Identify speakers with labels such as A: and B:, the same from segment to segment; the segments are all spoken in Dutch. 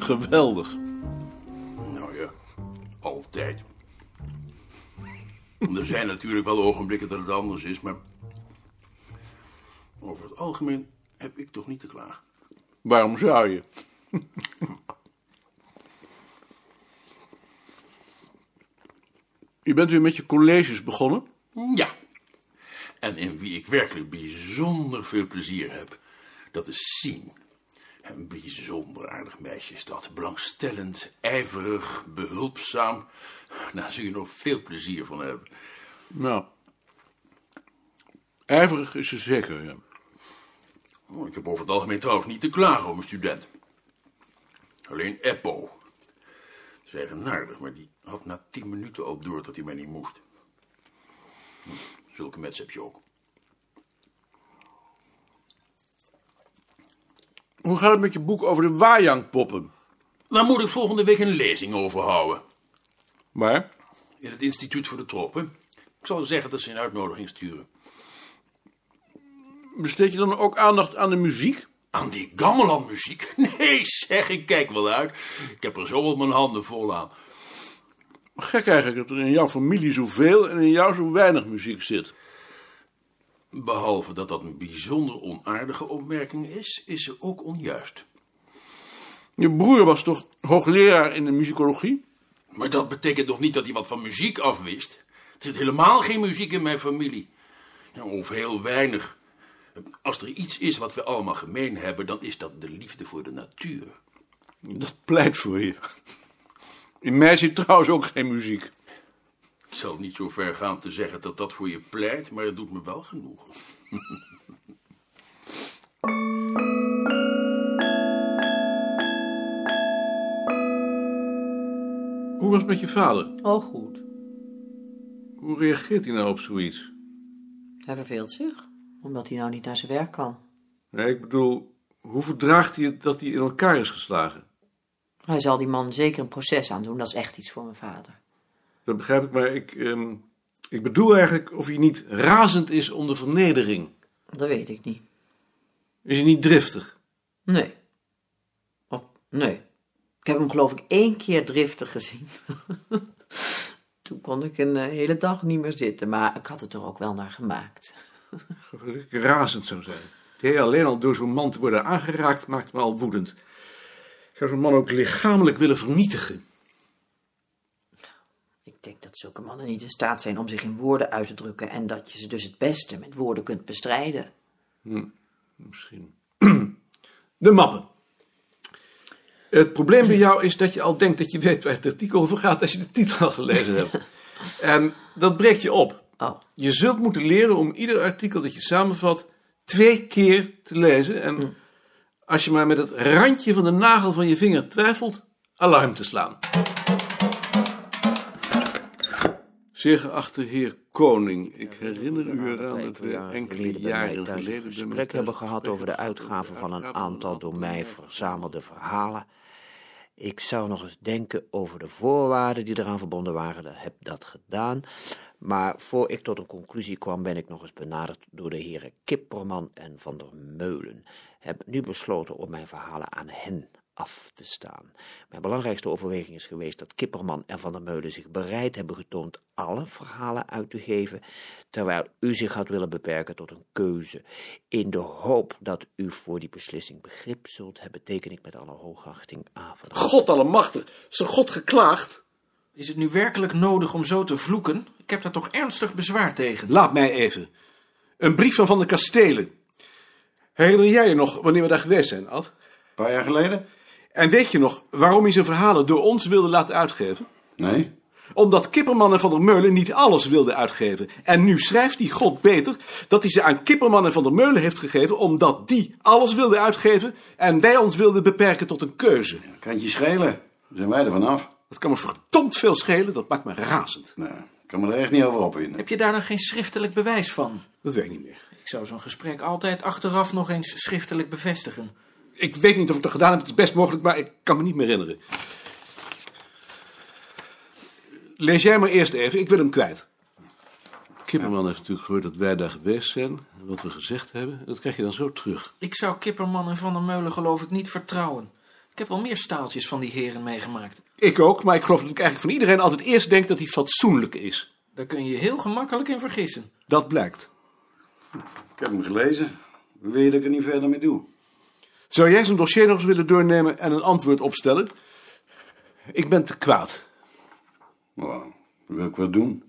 A: Geweldig.
B: Nou ja, altijd. Er zijn natuurlijk wel ogenblikken dat het anders is, maar over het algemeen heb ik toch niet te klagen.
A: Waarom zou je? je bent weer met je colleges begonnen?
B: Ja. En in wie ik werkelijk bijzonder veel plezier heb, dat is Sien. Een bijzonder aardig meisje is dat. Belangstellend, ijverig, behulpzaam. Daar zul je nog veel plezier van hebben.
A: Nou, ijverig is ze zeker, ja.
B: Oh, Ik heb over het algemeen trouwens niet te klagen over mijn student. Alleen Eppo. Dat is eigenaardig, maar die had na tien minuten al door dat hij mij niet moest. Hm, Zulke mensen heb je ook.
A: Hoe gaat het met je boek over de Wajangpoppen?
B: Daar moet ik volgende week een lezing over houden.
A: Maar?
B: In het Instituut voor de Tropen. Ik zal zeggen dat ze een uitnodiging sturen.
A: Besteed je dan ook aandacht aan de muziek?
B: Aan die gamelan muziek? Nee zeg, ik kijk wel uit. Ik heb er zo wel mijn handen vol aan.
A: Gek eigenlijk dat er in jouw familie zoveel en in jou zo weinig muziek zit.
B: Behalve dat dat een bijzonder onaardige opmerking is, is ze ook onjuist.
A: Je broer was toch hoogleraar in de muzikologie?
B: Maar dat betekent nog niet dat hij wat van muziek afwist. Er zit helemaal geen muziek in mijn familie. Ja, Of heel weinig. Als er iets is wat we allemaal gemeen hebben, dan is dat de liefde voor de natuur.
A: Dat pleit voor je. In mij zit trouwens ook geen muziek.
B: Ik zal niet zo ver gaan te zeggen dat dat voor je pleit, maar het doet me wel genoegen.
A: Hoe was het met je vader?
C: Oh, goed.
A: Hoe reageert hij nou op zoiets?
C: Hij verveelt zich, omdat hij nou niet naar zijn werk kan.
A: Nee, ik bedoel, hoe verdraagt hij het dat hij in elkaar is geslagen?
C: Hij zal die man zeker een proces aandoen, dat is echt iets voor mijn vader.
A: Dat begrijp ik, maar ik, ehm, ik bedoel eigenlijk of hij niet razend is om de vernedering.
C: Dat weet ik niet.
A: Is hij niet driftig?
C: Nee. Of, nee. Ik heb hem geloof ik één keer driftig gezien. Toen kon ik een eh, hele dag niet meer zitten, maar ik had het er ook wel naar gemaakt.
A: Dat ik razend zou zijn. Het hele alleen al door zo'n man te worden aangeraakt maakt me al woedend. Ik zou zo'n man ook lichamelijk willen vernietigen.
C: Ik denk dat zulke mannen niet in staat zijn om zich in woorden uit te drukken en dat je ze dus het beste met woorden kunt bestrijden.
A: Misschien. De mappen. Het probleem bij jou is dat je al denkt dat je weet waar het artikel over gaat als je de titel al gelezen hebt. En dat breekt je op.
C: Oh,
A: Je zult moeten leren om ieder artikel dat je samenvat twee keer te lezen.
D: Hmm.
A: En als je maar met het randje van de nagel van je vinger twijfelt, alarm te slaan. Zeer geachte heer Koning, ik herinner u eraan dat we eh, enkele jaren
D: thuis
A: geleden...
D: een gesprek hebben gehad over de uitgave van een aantal door mij verzamelde verhalen. Ik zou nog eens denken over de voorwaarden die eraan verbonden waren. Dat heb dat gedaan. Maar voor ik tot een conclusie kwam, ben ik nog eens benaderd door de heren Kipperman en Van der Meulen. Heb nu besloten om mijn verhalen aan hen af te staan. Mijn belangrijkste overweging is geweest dat Kipperman en Van der Meulen zich bereid hebben getoond alle verhalen uit te geven, terwijl u zich had willen beperken tot een keuze. In de hoop dat u voor die beslissing begrip zult hebben, teken ik met alle hoogachting A. Van der
A: God allemachtig, is er God geklaagd?
E: Is het nu werkelijk nodig om zo te vloeken? Ik heb daar toch ernstig bezwaar tegen.
A: Laat mij even. Een brief van Van de Kastelen. Herinner jij je nog wanneer we daar geweest zijn, Ad?
F: Een paar jaar geleden?
A: En weet je nog waarom hij zijn verhalen door ons wilde laten uitgeven?
F: Nee.
A: Omdat Kipperman en Van der Meulen niet alles wilden uitgeven. En nu schrijft hij God beter dat hij ze aan Kipperman en Van der Meulen heeft gegeven... omdat die alles wilden uitgeven en wij ons wilden beperken tot een keuze.
F: Kan het je schelen? Dan zijn wij er vanaf.
A: Dat kan me verdomd veel schelen, dat maakt me razend.
F: Nou, ik kan me er echt niet over opwinden.
E: Heb je daar dan geen schriftelijk bewijs van?
A: Dat weet ik niet meer.
E: Ik zou zo'n gesprek altijd achteraf nog eens schriftelijk bevestigen.
A: Ik weet niet of ik dat gedaan heb, het is best mogelijk, maar ik kan me niet meer herinneren. Lees jij maar eerst even, ik wil hem kwijt. Kipperman heeft natuurlijk gehoord dat wij daar geweest zijn, en wat we gezegd hebben. Dat krijg je dan zo terug.
E: Ik zou Kipperman en Van der Meulen geloof ik niet vertrouwen. Ik heb wel meer staaltjes van die heren meegemaakt.
A: Ik ook, maar ik geloof dat ik eigenlijk van iedereen altijd eerst denk dat hij fatsoenlijk is.
E: Daar kun je je heel gemakkelijk in vergissen.
A: Dat blijkt.
F: Ik heb hem gelezen. Wil je dat ik er niet verder mee doe?
A: Zou jij zijn dossier nog eens willen doornemen en een antwoord opstellen? Ik ben te kwaad.
F: Nou, dat wil ik wel doen.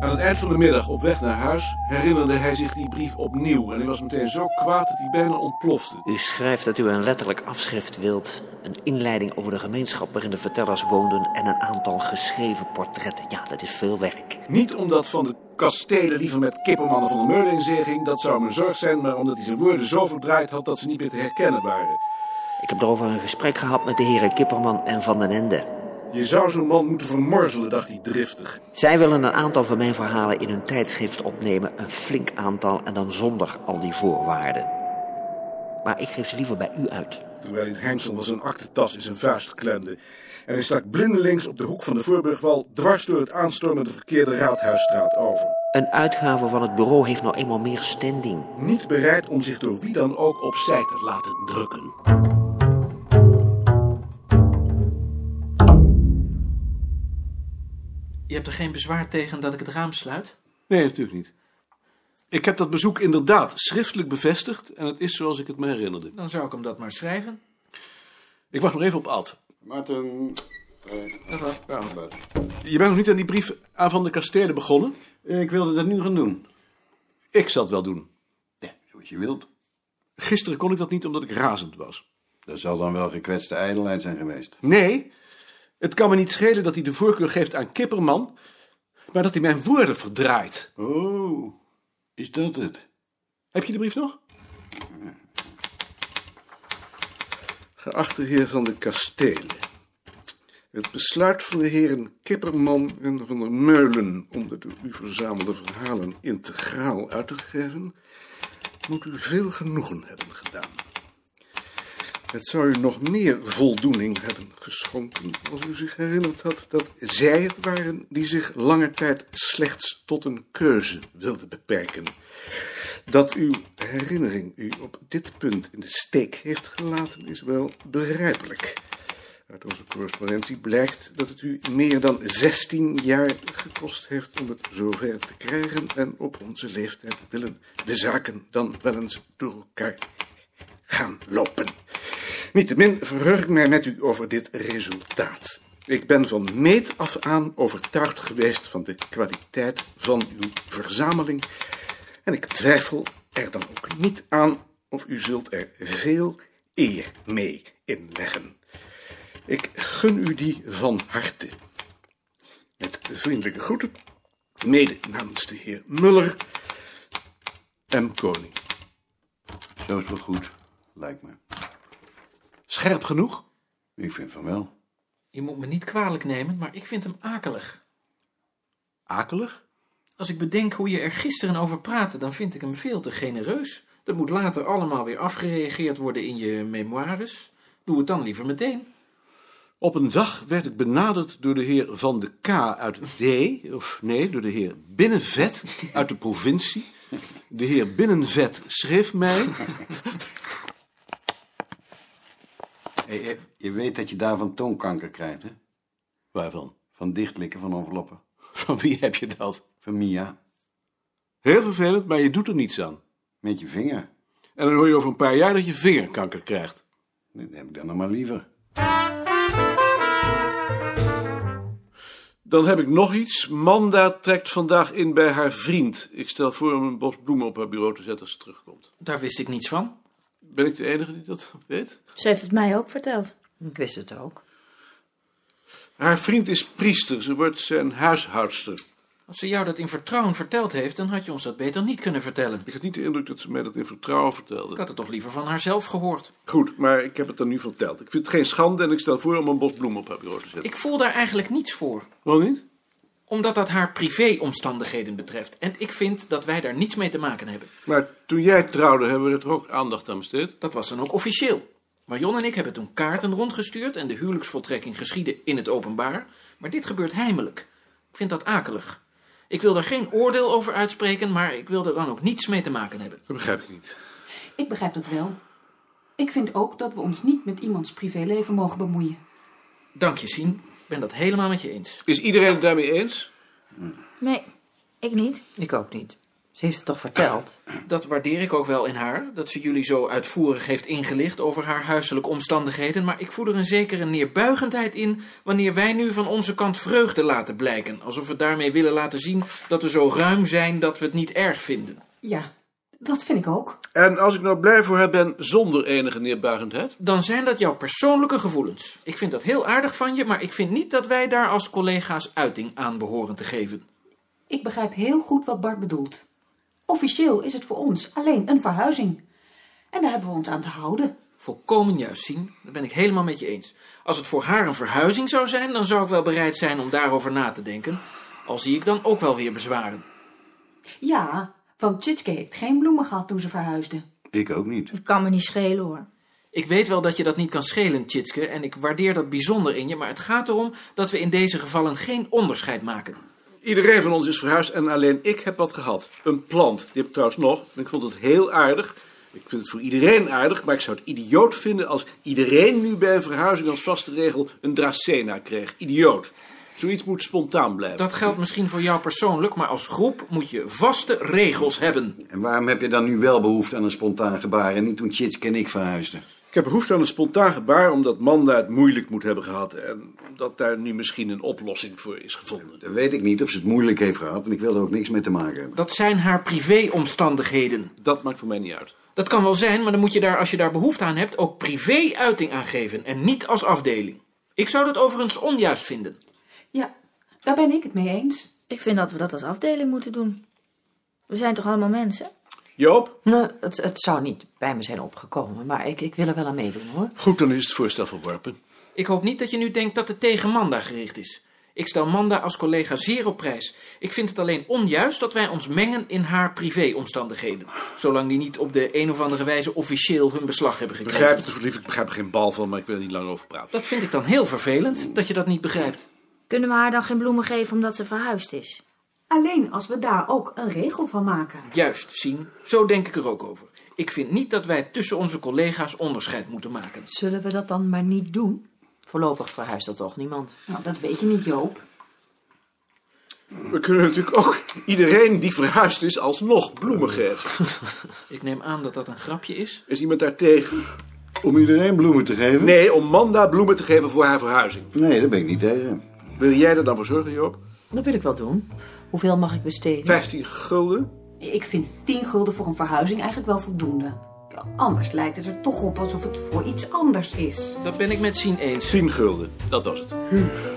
A: Aan het eind van de middag op weg naar huis herinnerde hij zich die brief opnieuw. En hij was meteen zo kwaad dat hij bijna ontplofte.
D: U schrijft dat u een letterlijk afschrift wilt. Een inleiding over de gemeenschap waarin de vertellers woonden en een aantal geschreven portretten. Ja, dat is veel werk.
A: Niet omdat van de kastelen liever met kippenmannen van de Meulen in zee ging, dat zou mijn zorg zijn, maar omdat hij zijn woorden zo verdraaid had dat ze niet meer te herkennen waren.
D: Ik heb daarover een gesprek gehad met de heren Kipperman en Van den Ende.
A: Je zou zo'n man moeten vermorzelen, dacht hij driftig.
D: Zij willen een aantal van mijn verhalen in hun tijdschrift opnemen, een flink aantal en dan zonder al die voorwaarden. Maar ik geef ze liever bij u uit.
A: Terwijl dit hengsel van zijn aktentas in zijn vuist klemde. En hij stak blindelings op de hoek van de Voorburgwal dwars door het aanstormende verkeerde Raadhuisstraat over.
D: Een uitgave van het bureau heeft nou eenmaal meer standing.
A: Niet bereid om zich door wie dan ook opzij te laten drukken.
E: Je hebt er geen bezwaar tegen dat ik het raam sluit?
A: Nee, natuurlijk niet. Ik heb dat bezoek inderdaad schriftelijk bevestigd en het is zoals ik het me herinnerde.
E: Dan zou ik hem dat maar schrijven.
A: Ik wacht nog even op Ad.
F: Maarten.
A: Je bent nog niet aan die brief aan Van de Kastelen begonnen?
F: Eh, Ik wilde dat nu gaan doen.
A: Ik zal het wel doen.
F: Ja, zoals je wilt.
A: Gisteren kon ik dat niet omdat ik razend was.
F: Dat zal dan wel gekwetste ijdelheid zijn geweest.
A: Nee, het kan me niet schelen dat hij de voorkeur geeft aan Kipperman, maar dat hij mijn woorden verdraait.
F: Oh, is dat het?
A: Heb je de brief nog? Geachte heer van de Kastelen. Het besluit van de heren Kipperman en van der Meulen om de door u verzamelde verhalen integraal uit te geven, moet u veel genoegen hebben gedaan. Het zou u nog meer voldoening hebben geschonken als u zich herinnerd had dat zij het waren die zich lange tijd slechts tot een keuze wilden beperken. Dat uw herinnering u op dit punt in de steek heeft gelaten is wel begrijpelijk. Uit onze correspondentie blijkt dat het u meer dan 16 jaar gekost heeft om het zover te krijgen en op onze leeftijd willen de zaken dan wel eens door elkaar gaan lopen. Niettemin verheug ik mij met u over dit resultaat. Ik ben van meet af aan overtuigd geweest van de kwaliteit van uw verzameling. En ik twijfel er dan ook niet aan of u zult er veel eer mee inleggen. Ik gun u die van harte. Met vriendelijke groeten, mede namens de heer Muller, M. Koning.
F: Zo is wel goed, lijkt me.
A: Scherp genoeg?
F: Ik vind van wel.
E: Je moet me niet kwalijk nemen, maar ik vind hem akelig.
A: Akelig?
E: Als ik bedenk hoe je er gisteren over praatte, dan vind ik hem veel te genereus. Dat moet later allemaal weer afgereageerd worden in je memoires. Doe het dan liever meteen.
A: Op een dag werd ik benaderd door de heer Van de K uit D, of nee, door de heer Binnenvet uit de provincie. De heer Binnenvet schreef mij.
F: Hey, eh, je weet dat je daarvan toonkanker krijgt, hè?
A: Waarvan?
F: Van dichtlikken van enveloppen.
A: Van wie heb je dat?
F: Van Mia.
A: Heel vervelend, maar je doet er niets aan.
F: Met je vinger.
A: En dan hoor je over een paar jaar dat je vingerkanker krijgt.
F: Dat heb ik dan nog maar liever.
A: Dan heb ik nog iets. Manda trekt vandaag in bij haar vriend. Ik stel voor om een bos bloemen op haar bureau te zetten als ze terugkomt.
E: Daar wist ik niets van.
A: Ben ik de enige die dat weet?
G: Ze heeft het mij ook verteld.
C: Ik wist het ook.
A: Haar vriend is priester. Ze wordt zijn huishoudster.
E: Als ze jou dat in vertrouwen verteld heeft, dan had je ons dat beter niet kunnen vertellen.
A: Ik had niet de indruk dat ze mij dat in vertrouwen vertelde.
E: Ik had het toch liever van haarzelf gehoord.
A: Goed, maar ik heb het dan nu verteld. Ik vind het geen schande en ik stel voor om een bos bloemen op haar bureau te zetten.
E: Ik voel daar eigenlijk niets voor.
A: Waarom niet?
E: Omdat dat haar privéomstandigheden betreft. En ik vind dat wij daar niets mee te maken hebben.
A: Maar toen jij trouwde, hebben we er toch ook aandacht aan besteed?
E: Dat was dan ook officieel. Marion en ik hebben toen kaarten rondgestuurd en de huwelijksvoltrekking geschiedde in het openbaar. Maar dit gebeurt heimelijk. Ik vind dat akelig. Ik wil daar geen oordeel over uitspreken, maar ik wil er dan ook niets mee te maken hebben.
A: Dat begrijp ik niet.
G: Ik begrijp dat wel. Ik vind ook dat we ons niet met iemands privéleven mogen bemoeien.
E: Dank je, Sien. Ik ben dat helemaal met je eens.
A: Is iedereen het daarmee eens?
H: Nee, ik niet.
C: Ik ook niet. Ze heeft het toch verteld?
E: Dat waardeer ik ook wel in haar, dat ze jullie zo uitvoerig heeft ingelicht over haar huiselijke omstandigheden, maar ik voel er een zekere neerbuigendheid in wanneer wij nu van onze kant vreugde laten blijken, alsof we daarmee willen laten zien dat we zo ruim zijn dat we het niet erg vinden.
G: Ja, dat vind ik ook.
A: En als ik nou blij voor haar ben zonder enige neerbuigendheid?
E: Dan zijn dat jouw persoonlijke gevoelens. Ik vind dat heel aardig van je, maar ik vind niet dat wij daar als collega's uiting aan behoren te geven.
G: Ik begrijp heel goed wat Bart bedoelt. Officieel is het voor ons alleen een verhuizing. En daar hebben we ons aan te houden.
E: Volkomen juist, Sien. Dat ben ik helemaal met je eens. Als het voor haar een verhuizing zou zijn, dan zou ik wel bereid zijn om daarover na te denken. Al zie ik dan ook wel weer bezwaren.
G: Ja, want Tjitske heeft geen bloemen gehad toen ze verhuisde.
F: Ik ook niet.
H: Het kan me niet schelen hoor.
E: Ik weet wel dat je dat niet kan schelen, Tjitske, en ik waardeer dat bijzonder in je, maar het gaat erom dat we in deze gevallen geen onderscheid maken.
A: Iedereen van ons is verhuisd en alleen ik heb wat gehad. Een plant. Die heb ik trouwens nog. En ik vond het heel aardig. Ik vind het voor iedereen aardig, maar ik zou het idioot vinden als iedereen nu bij een verhuizing als vaste regel een dracena kreeg. Idioot. Zoiets moet spontaan blijven.
E: Dat geldt misschien voor jou persoonlijk, maar als groep moet je vaste regels hebben.
F: En waarom heb je dan nu wel behoefte aan een spontaan gebaar en niet toen Chitske en ik verhuisden?
A: Ik heb behoefte aan een spontaan gebaar omdat Manda het moeilijk moet hebben gehad. En omdat daar nu misschien een oplossing voor is gevonden.
F: Dan weet ik niet of ze het moeilijk heeft gehad en ik wil er ook niks mee te maken hebben.
E: Dat zijn haar privéomstandigheden.
A: Dat maakt voor mij niet uit.
E: Dat kan wel zijn, maar dan moet je daar, als je daar behoefte aan hebt, ook privé uiting aan geven en niet als afdeling. Ik zou dat overigens onjuist vinden.
G: Ja, daar ben ik het mee eens.
H: Ik vind dat we dat als afdeling moeten doen. We zijn toch allemaal mensen?
A: Joop?
C: Nee, Nou, het, het zou niet bij me zijn opgekomen, maar ik, ik wil er wel aan meedoen hoor.
A: Goed, dan is het voorstel verworpen.
E: Ik hoop niet dat je nu denkt dat het tegen Manda gericht is. Ik stel Manda als collega zeer op prijs. Ik vind het alleen onjuist dat wij ons mengen in haar privéomstandigheden. Zolang die niet op de een of andere wijze officieel hun beslag hebben
A: Ik
E: gekregen.
A: begrijp het verliefd, ik begrijp er geen bal van, maar ik wil er niet lang over praten.
E: Dat vind ik dan heel vervelend, dat je dat niet begrijpt.
H: Kunnen we haar dan geen bloemen geven omdat ze verhuisd is?
G: Alleen als we daar ook een regel van maken.
E: Juist, Sien. Zo denk ik er ook over. Ik vind niet dat wij tussen onze collega's onderscheid moeten maken.
C: Zullen we dat dan maar niet doen? Voorlopig verhuist dat toch niemand?
G: Nou, dat weet je niet, Joop.
A: We kunnen natuurlijk ook iedereen die verhuisd is alsnog bloemen geven.
E: Ik neem aan dat dat een grapje is.
A: Is iemand daar tegen?
F: Om iedereen bloemen te geven?
A: Nee, om Manda bloemen te geven voor haar verhuizing.
F: Nee, daar ben ik niet tegen.
A: Wil jij er dan voor zorgen, Joop?
C: Dat wil ik wel doen. Hoeveel mag ik besteden?
A: 15 gulden?
G: Ik vind 10 gulden voor een verhuizing eigenlijk wel voldoende. Ja, Anders lijkt het er toch op alsof het voor iets anders is.
E: Dat ben ik met Sien eens.
A: 10 gulden, dat was het.